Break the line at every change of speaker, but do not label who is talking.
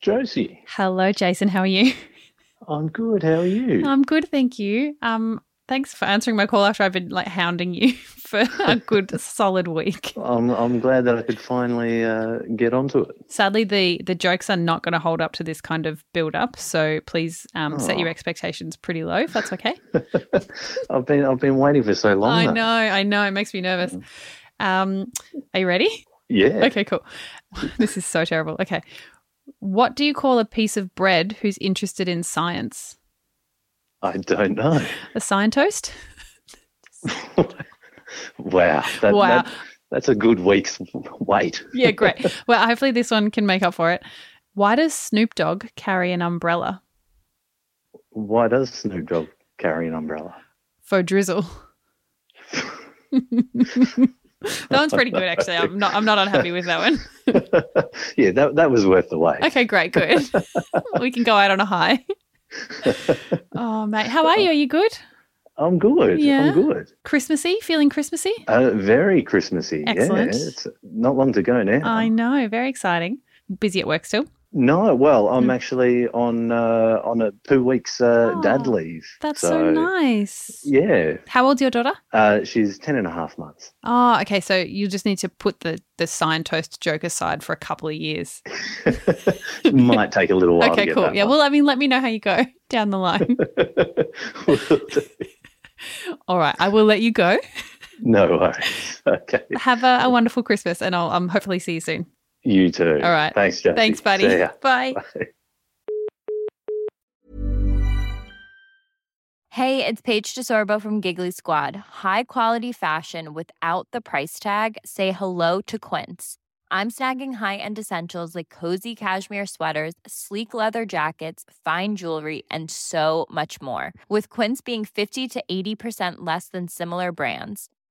Josie.
Hello, Jason. How are you?
I'm good. How are you?
I'm good, thank you. Um, thanks for answering my call after I've been like hounding you for a good solid week.
I'm, I'm glad that I could finally uh, get onto it.
Sadly, the the jokes are not going to hold up to this kind of build up, so please um, set your
Aw.
expectations pretty low if that's okay.
I've been I've been waiting for so long.
I
though.
know, I know, it makes me nervous. Um, are you ready?
Mm. Yeah.
Okay, cool. this is so terrible. Okay. What do you call a piece of bread who's interested in science?
I don't know.
A scientist?
wow. That,
Wow.
that- that's a good week's wait.
Yeah, great. well, hopefully this one can make up for it. Why does Snoop Dogg carry an umbrella?
Why does Snoop Dogg carry an umbrella?
For drizzle. that one's pretty good, actually. I'm not. I'm not unhappy with that one.
yeah, that that was worth the wait.
Okay, great, good. we can go out on a high. oh, mate, how are you? Are you good?
I'm good. I'm
Yeah.
good.
Christmassy? Feeling Christmassy?
Uh, very Christmassy.
Excellent.
Yeah, it's not long to go now.
I know. Very exciting. Busy at work still.
No, well, I'm
Mm.
actually on uh, on a two weeks uh, dad
Oh,
leave.
That's so, nice.
Yeah,
How old's your daughter?
uh, she's ten and a half months.
Oh, okay. So you just need to put the the sign toast joke aside for a couple of years.
Might take a little while. to
okay,
get
cool.
that
Yeah.
one.
Well, I mean, let me know how you go down the line. All right, I will let you go.
no worries. Okay,
Have a, a wonderful Christmas, and I'll um, hopefully see you soon.
you too.
All right.
Thanks, Jesse.
Thanks, buddy.
See ya.
Bye.
Hey, it's Paige DeSorbo from Giggly Squad. High quality fashion without the price tag. Say hello to Quince. I'm snagging high-end essentials like cozy cashmere sweaters, sleek leather jackets, fine jewelry, and so much more. With Quince being 50 to 80% less than similar brands.